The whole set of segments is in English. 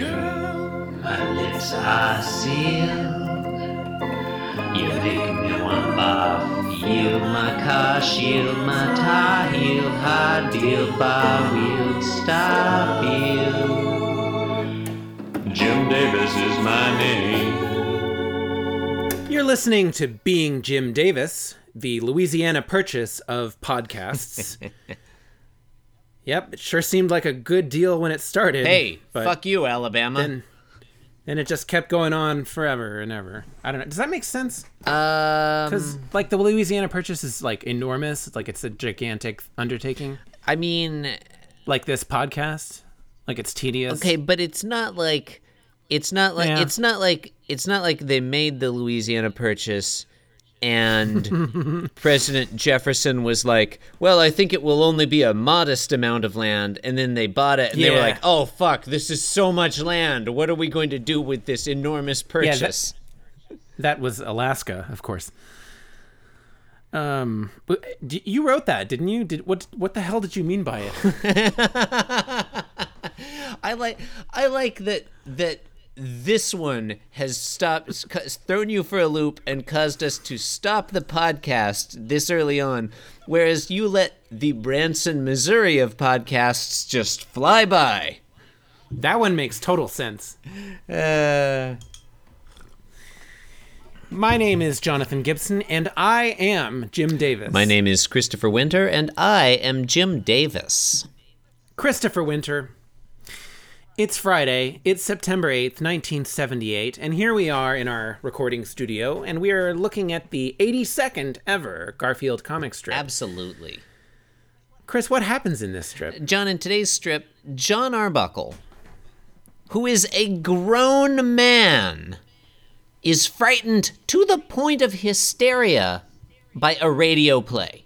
Girl, my lips are sealed. You make me want to barf. Yield my car, shield my tie, heel, high deal, bar wheel, stop you. Jim Davis is my name. You're listening to Being Jim Davis, the Louisiana purchase of podcasts. yep, it sure seemed like a good deal when it started. Hey, but fuck you, Alabama. then, then it just kept going on forever and ever. I don't know. Does that make sense? um, Because like the Louisiana purchase is like enormous. Like it's a gigantic undertaking. I mean, Like this podcast, like it's tedious. okay, but it's not like, it's not like, Yeah. it's not like, it's not like they made the Louisiana Purchase, and President Jefferson was like, "Well, I think it will only be a modest amount of land," and then they bought it, and they were Yeah. like, "Oh fuck, this is so much land. What are we going to do with this enormous that- purchase?" That was Alaska, of course. Um, but d- you wrote that, didn't you? Did what? What the hell did you mean by it? I like I like that that this one has stopped has cu- thrown you for a loop and caused us to stop the podcast this early on whereas you let the Branson Missouri of podcasts just fly by. that one makes total sense. Uh My name is Jonathan Gibson, and I am Jim Davis. my name is Christopher Winter and I am Jim Davis. Christopher Winter. It's Friday. It's September 8th, 1978, and here we are in our recording studio, and we are looking at the 82nd ever Garfield comic strip. Absolutely. Chris, what happens in this strip? John, in today's strip, John Arbuckle, who is a grown man, is frightened to the point of hysteria by a radio play.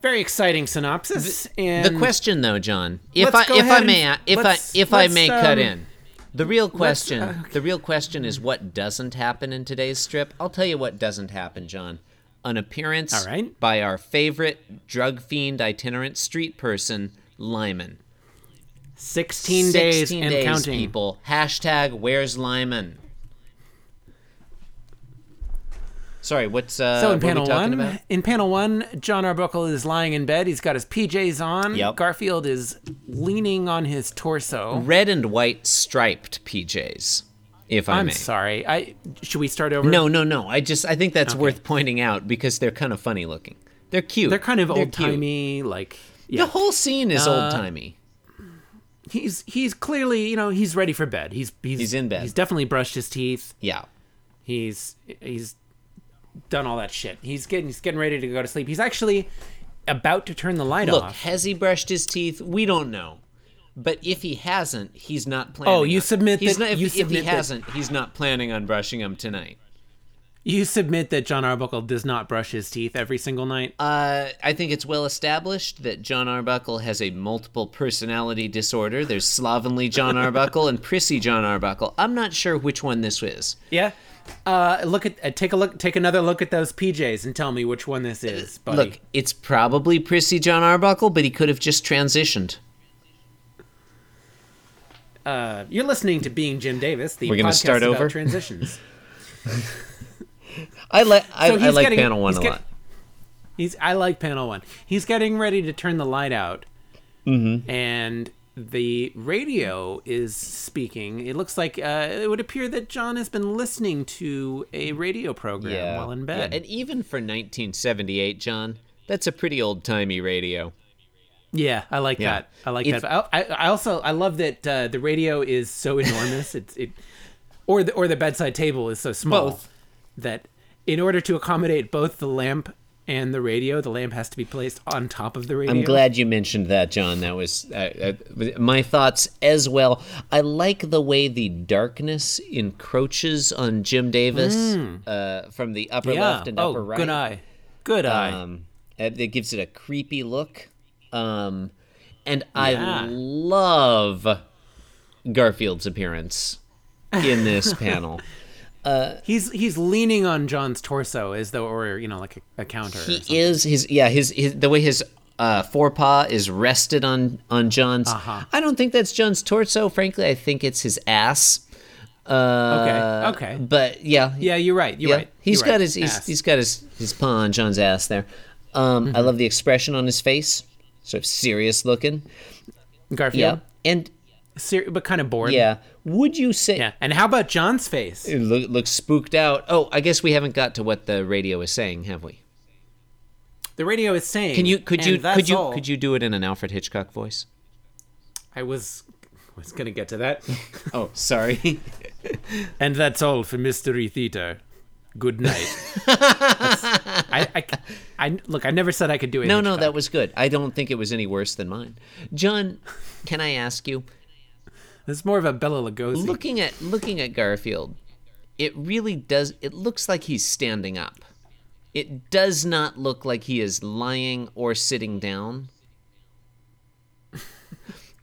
Very exciting synopsis. and The question, though, John, if I Let's go if I ahead may and- if I let's- if I let's, may cut um, uh, in, the real question the real question is what doesn't happen in today's strip. I'll tell you what doesn't happen, John. An appearance All right. by our favorite drug fiend itinerant street person, Lyman. 16 days 16 and days, counting. People. Hashtag where's Lyman? Sorry, what's uh So in what are we panel talking one, about? in panel one, John Arbuckle is lying in bed. He's got his PJs on. Yep. Garfield is leaning on his torso. Red and white striped PJs, if I I'm may. sorry. I should we start over? No, no, no. I just I think that's worth pointing out because they're kind of funny looking. They're cute. They're kind of Uh, cute. old timey, like The yeah. whole scene is old timey. he's he's clearly you know he's ready for bed. He's he's, He's in bed. He's definitely brushed his teeth. Yeah. He's he's done all that shit. He's getting he's getting ready to go to sleep. He's actually about to turn the light Look, off. has he brushed his teeth? We don't know. But if he hasn't, he's not planning. Oh, you on- submit he's that- Not, if, you if submit he that- hasn't, he's not planning on brushing them tonight. You submit that John Arbuckle does not brush his teeth every single night. Uh, I think it's well established that John Arbuckle has a multiple personality disorder. There's slovenly John Arbuckle and prissy John Arbuckle. I'm not sure which one this is. yeah. Uh, look at uh, take a look take another look at those PJs and tell me which one this is, buddy. Uh, Look, it's probably prissy John Arbuckle, but he could have just transitioned. Uh, you're listening to Being Jim Davis, the We're gonna podcast start about over? transitions. I like I, So I he's like getting- panel one he's a get- lot. He's I like panel one. He's getting ready to turn the light out, mm-hmm. and the radio is speaking. It looks like uh, it would appear that John has been listening to a radio program while in bed. Yeah, and even for 1978, John, that's a pretty old timey radio. Yeah, I like Yeah. that. I like It's- that. I, I I also I love that uh, the radio is so enormous. it's it, or the or the bedside table is so small Both. that in order to accommodate both the lamp and the radio, the lamp has to be placed on top of the radio. I'm glad you mentioned that, John. That was uh, uh, my thoughts as well. I like the way the darkness encroaches on Jim Davis uh, from the upper Hmm. Yeah. left and oh, upper right. good eye. Good eye. Um, it it gives it a creepy look. Um, and I Yeah. love Garfield's appearance in this panel. He's he's leaning on John's torso as though it were you know like a, a counter. or He something. is his yeah his, his the way his uh, forepaw is rested on on John's. Uh-huh. I don't think that's John's torso. Frankly, I think it's his ass. Uh, Okay, okay. But yeah, Yeah, you're right. You're yeah. right. He's You're got right. his he's, Ass. he's got his his paw on John's ass there. Um, I love the expression on his face, sort of serious looking. Yeah, Garfield, and Ser- but kind of bored. yeah. Would you say yeah. And how about John's face? it look, looks spooked out? Oh, I guess we haven't got to what the radio is saying, have we? The radio is saying. Can you could and you that's could you all. could you do it in an Alfred Hitchcock voice? I was was gonna get to that. Oh, sorry. and that's all for Mystery Theater. Good night. I, I, I- look. I never said I could do it. no, no, that was good. I don't think it was any worse than mine. John, can I ask you? It's more of a Bella Lugosi. Looking at looking at Garfield, it really does it looks like he's standing up. It does not look like he is lying or sitting down.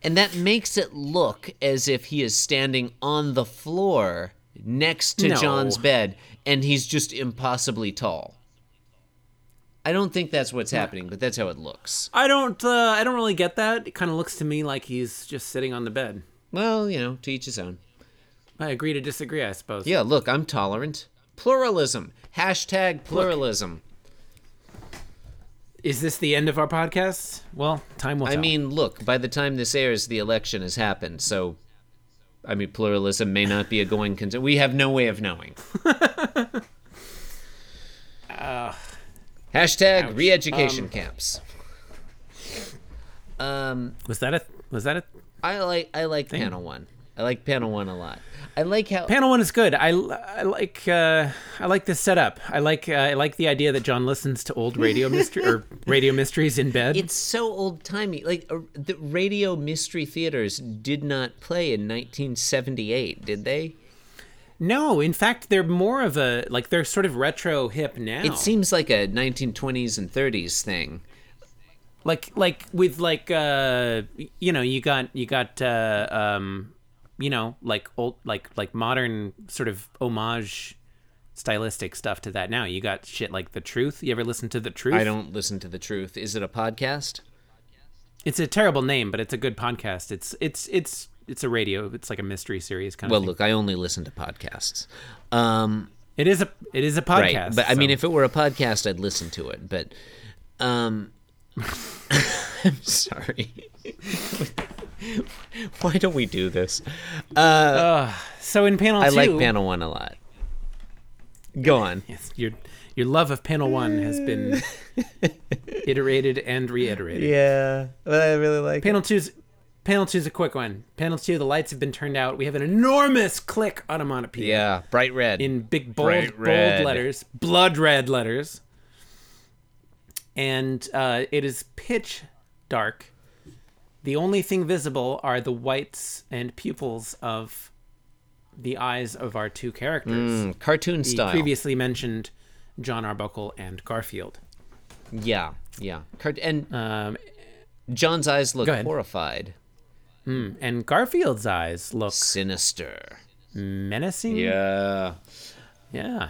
And that makes it look as if he is standing on the floor next to No. John's bed and he's just impossibly tall. I don't think that's what's happening, but that's how it looks. I don't. Uh, I don't really get that. It kind of looks to me like he's just sitting on the bed. Well, you know, to each his own. I agree to disagree. I suppose. Yeah, look, I'm tolerant. Pluralism. Hashtag pluralism. Is this the end of our podcast? Well, time will tell. I mean, look, by the time this airs, the election has happened, so. I mean, pluralism may not be a going concern. We have no way of knowing. Hashtag re education camps. was that a was that a I like I like panel one. I like panel one a lot. I like how panel one is good. I, I like uh, I like this setup. I like uh, I like the idea that John listens to old radio mystery or radio mysteries in bed. it's so old timey. Like uh, the radio mystery theaters did not play in 1978, did they? no, in fact, they're more of a like they're sort of retro hip now. It seems like a 1920s and 30s thing. like like with like uh you know you got you got uh um you know like old like like modern sort of homage stylistic stuff to that now you got shit like the truth you ever listen to the truth I don't listen to the truth. Is it a podcast? it's a terrible name but it's a good podcast it's it's it's it's a radio it's like a mystery series kind Well, of thing. look, I only listen to podcasts. Um, it is a it is a right, podcast but I mean, so- if it were a podcast, I'd listen to it. But um, I'm sorry. Why don't we do this? so in panel I two like panel one a lot. Go on. yes, your your love of panel one has been iterated and reiterated Yeah, I really like. Panel two's panel two's a quick one. Panel two, the lights have been turned out. We have an enormous click onomatopoeia yeah, bright red. in big bold Bright bold red. letters, blood red letters, and uh, it is pitch dark. The only thing visible are the whites and pupils of the eyes of our two characters, Mm, cartoon the style. previously mentioned John Arbuckle and Garfield. Yeah, yeah. Cart- and Um, John's eyes look Go ahead. horrified, and Garfield's eyes look sinister. menacing. Yeah. yeah.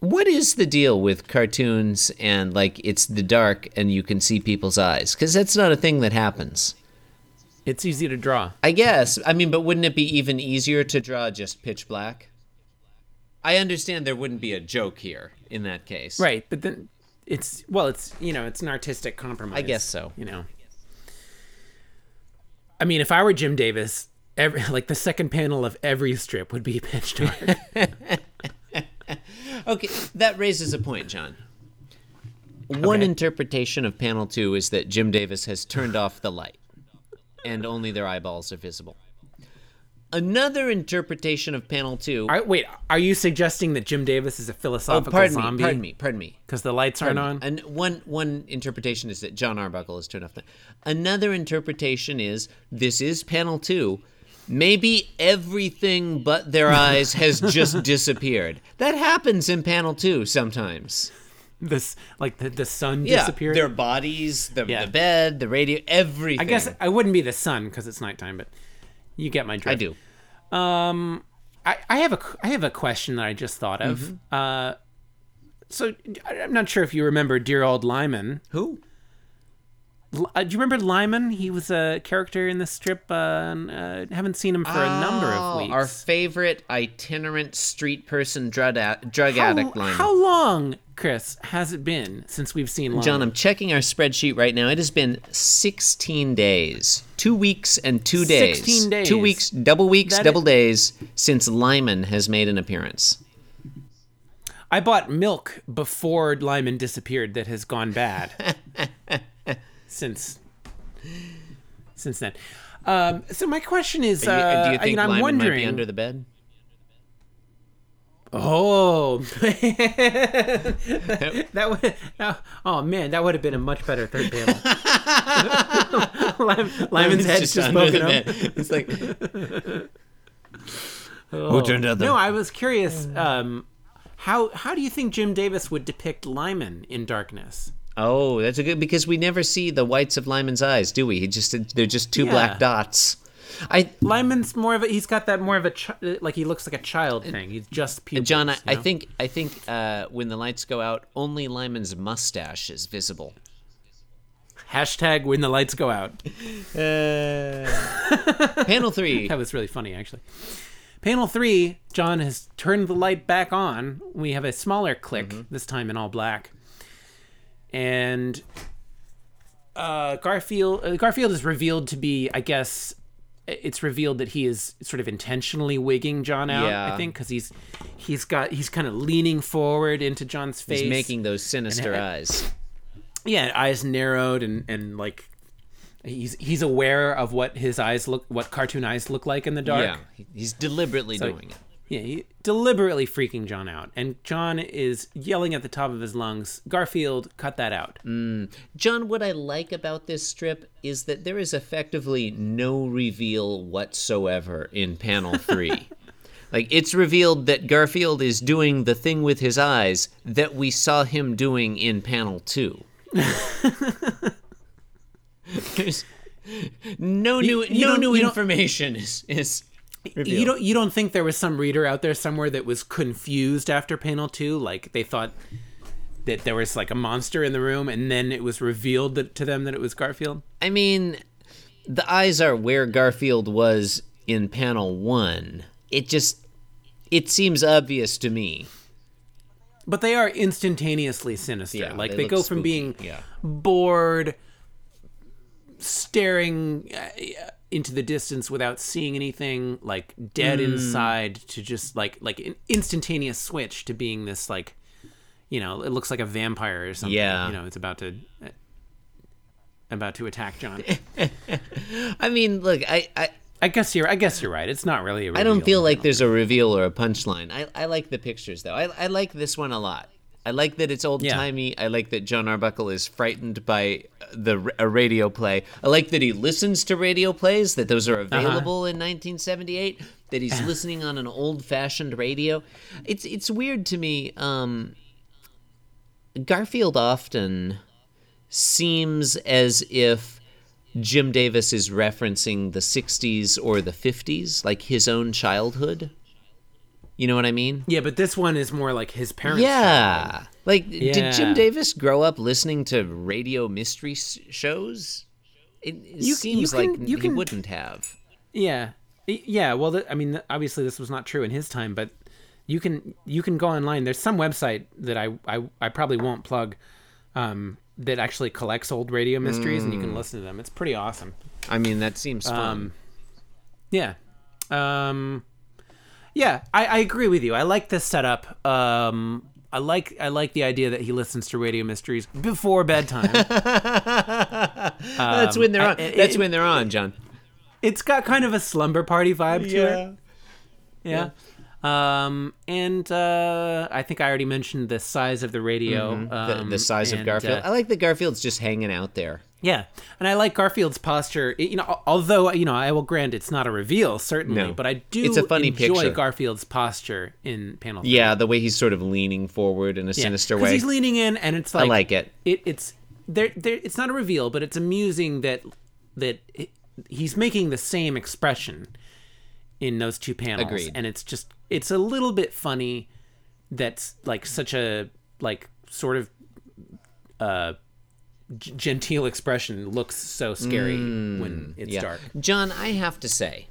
What is the deal with cartoons and like it's the dark and you can see people's eyes? Because that's not a thing that happens. It's easy to draw. I guess. I mean, but wouldn't it be even easier to draw just pitch black? I understand there wouldn't be a joke here in that case. Right, but then it's well, it's you know, it's an artistic compromise. I guess so. You know, I mean, if I were Jim Davis, every like the second panel of every strip would be pitch dark. Okay, that raises a point, John. One Okay. interpretation of panel two is that Jim Davis has turned off the light and only their eyeballs are visible. Another interpretation of panel two. Are- wait, are you suggesting that Jim Davis is a oh, philosophical pardon me, zombie? pardon me, pardon me. Because the lights aren't on. And one one interpretation is that John Arbuckle has turned off the. Another interpretation is this is panel two. Maybe everything but their eyes has just disappeared. That happens in panel two sometimes. This like the the sun yeah, disappeared. Their bodies, the, Yeah. the bed, the radio, everything. I guess I wouldn't be the sun because it's nighttime, but you get my drift. I do. Mm-hmm. I, I have a I have a question that I just thought of. Uh, So I- I'm not sure if you remember dear old Lyman. Who? L- uh, do you remember Lyman? He was a character in this strip. Uh, and, uh, haven't seen him for a number of Oh, weeks. Our favorite itinerant street person drug, a- drug how, addict line. how long, Chris, has it been since we've seen Lyman? John, I'm checking our spreadsheet right now. It has been 16 days, two weeks and two days, 16 days. two weeks, double weeks, That double i- days since Lyman has made an appearance. I bought milk before Lyman disappeared that has gone bad since since then. Um, so my question is, uh, do you think I mean, I'm Lyman wondering. might be under the bed? oh, man. that would. that- oh man, that would have been a much better third panel. Lyman, Lyman's head's just, poking up. It's like Who turned out the- No, I was curious. Um, how how do you think Jim Davis would depict Lyman in Darkness? Oh, that's a good because we never see the whites of Lyman's eyes, do we? He just they're just two Yeah. black dots. I Lyman's more of a he's got that more of a chi- like he looks like a child thing. He's just pupils. John, I, you I know? think I think uh, when the lights go out, only Lyman's mustache is visible. hashtag when the lights go out. Uh, Panel three. That was really funny actually. Panel three, John has turned the light back on. We have a smaller click Mm-hmm. this time in all black, and uh, Garfield uh, Garfield is revealed to be, I guess, it's revealed that he is sort of intentionally wigging John out. Yeah. I think because he's he's got he's kind of leaning forward into John's face. He's making those sinister And- eyes. yeah eyes narrowed and and like he's he's aware of what his eyes look what cartoon eyes look like in the dark Yeah, he- he's deliberately doing it. yeah he, deliberately freaking john out and john is yelling at the top of his lungs garfield cut that out Mm. John, what I like about this strip is that there is effectively no reveal whatsoever in panel three. like, it's revealed that Garfield is doing the thing with his eyes that we saw him doing in panel two. There's no new, you no don't- new you don't- information is, is revealed. you don't you don't think there was some reader out there somewhere that was confused after panel 2 like they thought that there was like a monster in the room and then it was revealed that, to them that it was garfield I mean, the eyes are where Garfield was in panel one. It just, it seems obvious to me. but they are instantaneously sinister. Yeah, like they they, look go from spooky, being yeah. bored, staring uh, into the distance without seeing anything, like dead Mm. inside, to just like like an instantaneous switch to being this like, you know, it looks like a vampire or something. Yeah. you know, it's about to. uh, About to attack John. I mean, look, I, I, I guess you're. I guess you're right. It's not really. I I don't feel like there's a reveal or a punchline. I, I like the pictures though. I, I like this one a lot. I like that it's old timey. I like that John Arbuckle is frightened by uh, the r- a radio play. I like that he listens to radio plays. That those are available in 1978. That he's listening on an old fashioned radio. It's it's weird to me. Um, Garfield often seems as if Jim Davis is referencing the 60s or the 50s, like his own childhood. You know what I mean? Yeah, but this one is more like his parents. Yeah. Like, did Jim Yeah. Davis grow up listening to radio mystery s- shows? It, it you seems can- like you he can- wouldn't have. Yeah, Y- yeah. Well, th- I mean, th- obviously this was not true in his time, but you can you can go online. There's some website that I I, I probably won't plug um, that actually collects old radio mysteries, and you can listen to them. It's pretty awesome. I mean, that seems fun. Um, Yeah. Um Yeah, I, I agree with you. I like this setup. Um I like I like the idea that he listens to radio mysteries before bedtime. that's when they're um, I- on. it- that's it- when they're on, John. it's got kind of a slumber party vibe to it. Yeah. Um and uh I think I already mentioned the size of the radio. Mm-hmm. The, um, the size of and, Garfield. uh, I like that Garfield's just hanging out there. Yeah, and I like Garfield's posture. It- You know, al- although you know, I will grant it's not a reveal certainly, No. but I do It's a funny enjoy picture. Garfield's posture in panel. three. Yeah, the way he's sort of leaning forward in a Yeah, sinister 'cause way. He's leaning in, and it's I like, like it. it. It's there. There. It's not a reveal, but it's amusing that that it, he's making the same expression in those two panels, Agreed. and it's just it's a little bit funny. That's like such a like sort of uh, g- genteel expression looks so scary when it's Yeah. dark. John, I have to say,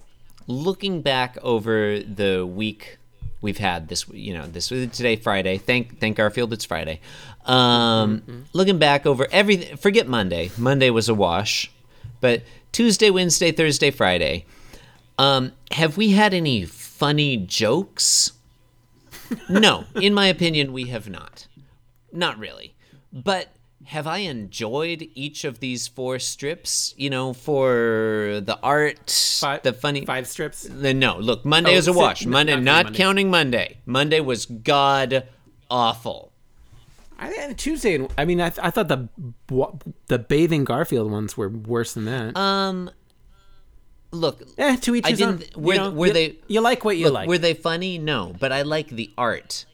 looking back over the week we've had this, you know, this today Friday. Thank thank Garfield, it's Friday. Um, Looking back over everything, forget Monday. Monday was a wash, but Tuesday, Wednesday, Thursday, Friday. Um, have we had any funny jokes? No, in my opinion, we have not. Not really. But have I enjoyed each of these four strips? You know, for the art, Five, the funny. five strips. The- No, look, Monday Oh, was a si- wash. n- Monday, not not, counting counting Monday. Monday. Monday was god awful. I think Tuesday. I mean, I, th- I thought the wa- the bathing Garfield ones were worse than that. Look, Uh, eh, to each I his own. didn't- You were- know, were you- they- You like what you look, like. were they funny? No, but I like the art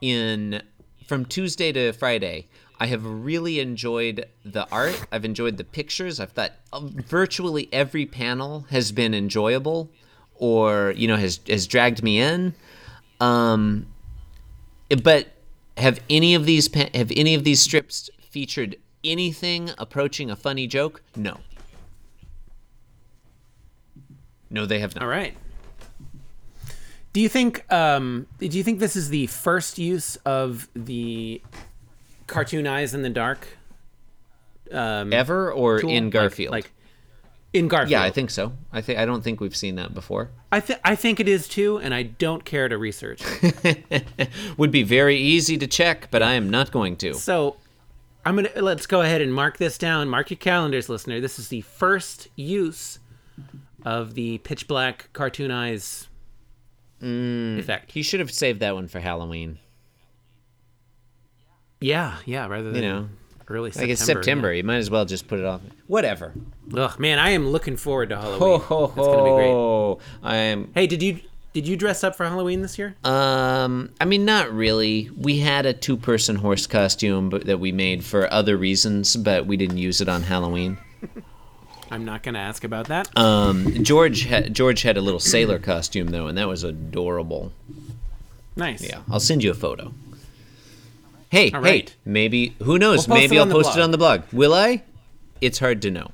in from Tuesday to Friday. I have really enjoyed the art. I've enjoyed the pictures. I've thought um, virtually every panel has been enjoyable, or you know has has dragged me in. Um, but have any of these pa- have any of these strips featured anything approaching a funny joke? No. No, they have not. All right. Do you think um, do you think this is the first use of the cartoon eyes in the dark ever or tool? in Like- Garfield? Like, in Garfield. yeah, I think so. I think I don't think we've seen that before. I, th- I think it is too, and I don't care to research. Would be very easy to check, but I am not going to. so I'm gonna let's go ahead and mark this down. Mark your calendars, listener. This is the first use of the pitch black cartoon eyes Mm. effect. He should have saved that one for Halloween. Yeah, yeah. Rather than You know, early September. like it's September. You might as well just put it off. Whatever. yeah. Ugh, man, I am looking forward to Halloween. Ho ho That's gonna be great. ho! I am. Hey, did you did you dress up for Halloween this year? Um, I mean, not really. We had a two-person horse costume but, that we made for other reasons, but we didn't use it on Halloween. I'm not gonna ask about that. Um, George ha- George had a little sailor costume though, and that was adorable. nice. Yeah, I'll send you a photo. Hey, All hey, right. maybe who knows? We'll post maybe it I'll on the post it blog. on the blog. Will I? It's hard to know.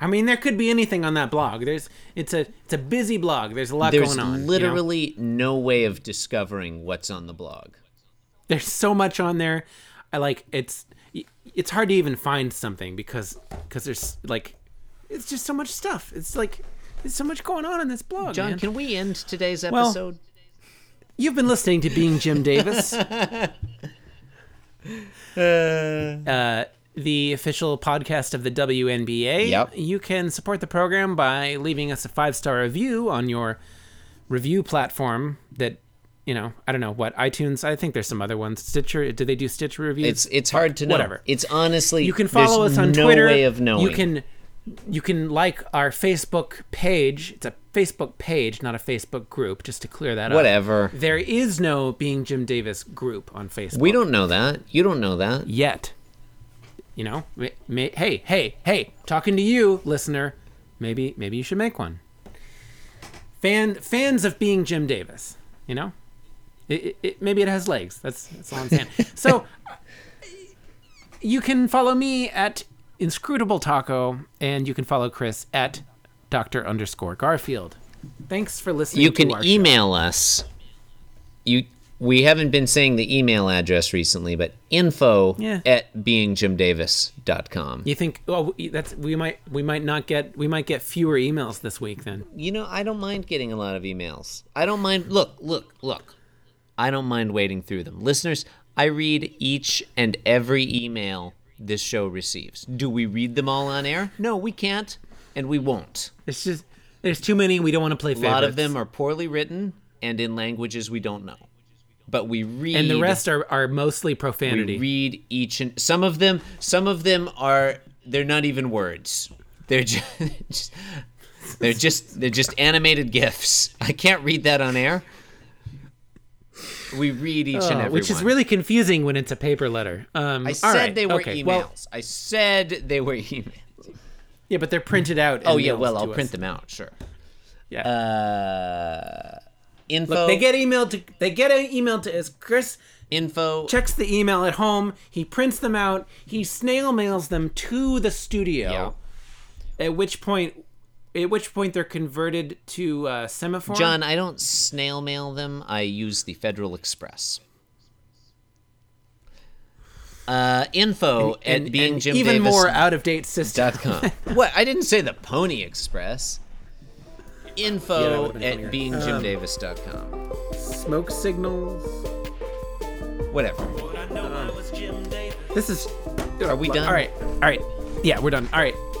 I mean, there could be anything on that blog. There's it's a it's a busy blog. There's a lot There's going on. you know? literally no way of discovering what's on the blog. there's so much on there. I like it's it's hard to even find something because because there's like it's just so much stuff. It's like there's so much going on in this blog. John, man. can we end today's Well- episode? You've been listening to Being Jim Davis, uh, the official podcast of the WNBA. Yep. You can support the program by leaving us a five star review on your review platform that, you know, I don't know what, iTunes. I think there's some other ones. Stitcher. Do they do Stitcher reviews? it's it's hard to know. Whatever. It's honestly you can follow there's us on no Twitter. way of knowing. You can you can like our Facebook page. It's a Facebook page, not a Facebook group, just to clear that up. whatever. There is no Being Jim Davis group on Facebook. We don't know that. You don't know that. yet. You know, ma- ma- hey, hey, hey, talking to you, listener. Maybe, maybe you should make one. Fan fans of being Jim Davis. You know, it, it, it, maybe it has legs. That's that's all I'm saying. so you can follow me at inscrutable taco, and you can follow Chris at Doctor underscore Garfield. Thanks for listening. You to can e- our show. email us. You we haven't been saying the email address recently, but info Yeah. at beingjimdavis.com. You think? Oh, that's we might we might not get we might get fewer emails this week then. you know, I don't mind getting a lot of emails. I don't mind. Look, look, look. I don't mind wading through them. Listeners, I read each and every email this show receives. Do we read them all on air? No, we can't, and we won't. It's just there's too many. We don't want to play A favorites. lot of them are poorly written and in languages we don't know. But we read and the rest are, are mostly profanity. we read each and some of them some of them are they're not even words. They're just, just they're just they're just animated gifs. I can't read that on air. We read each and Oh, every which is one. really confusing when it's a paper letter. Um, I all said right, they were okay, emails. well, I said they were emails. yeah, Oh, but they're printed out. Oh yeah, well I'll print them out, sure. Yeah. Uh Info. Look, they get emailed to they get an email to us. Chris info. checks the email at home. He prints them out. He snail mails them to the studio. At which point, at which point they're converted to uh, semaphore. John, I don't snail mail them. I use the Federal Express. Uh, info and, at being and Jim even Davis more out of date system. dot com. what? I didn't say the Pony Express. Yeah, that Info would've been at funnier. beingjimdavis.com. Smoke signals. Whatever. This is Are we done? all right. All right. Yeah, we're done. All right.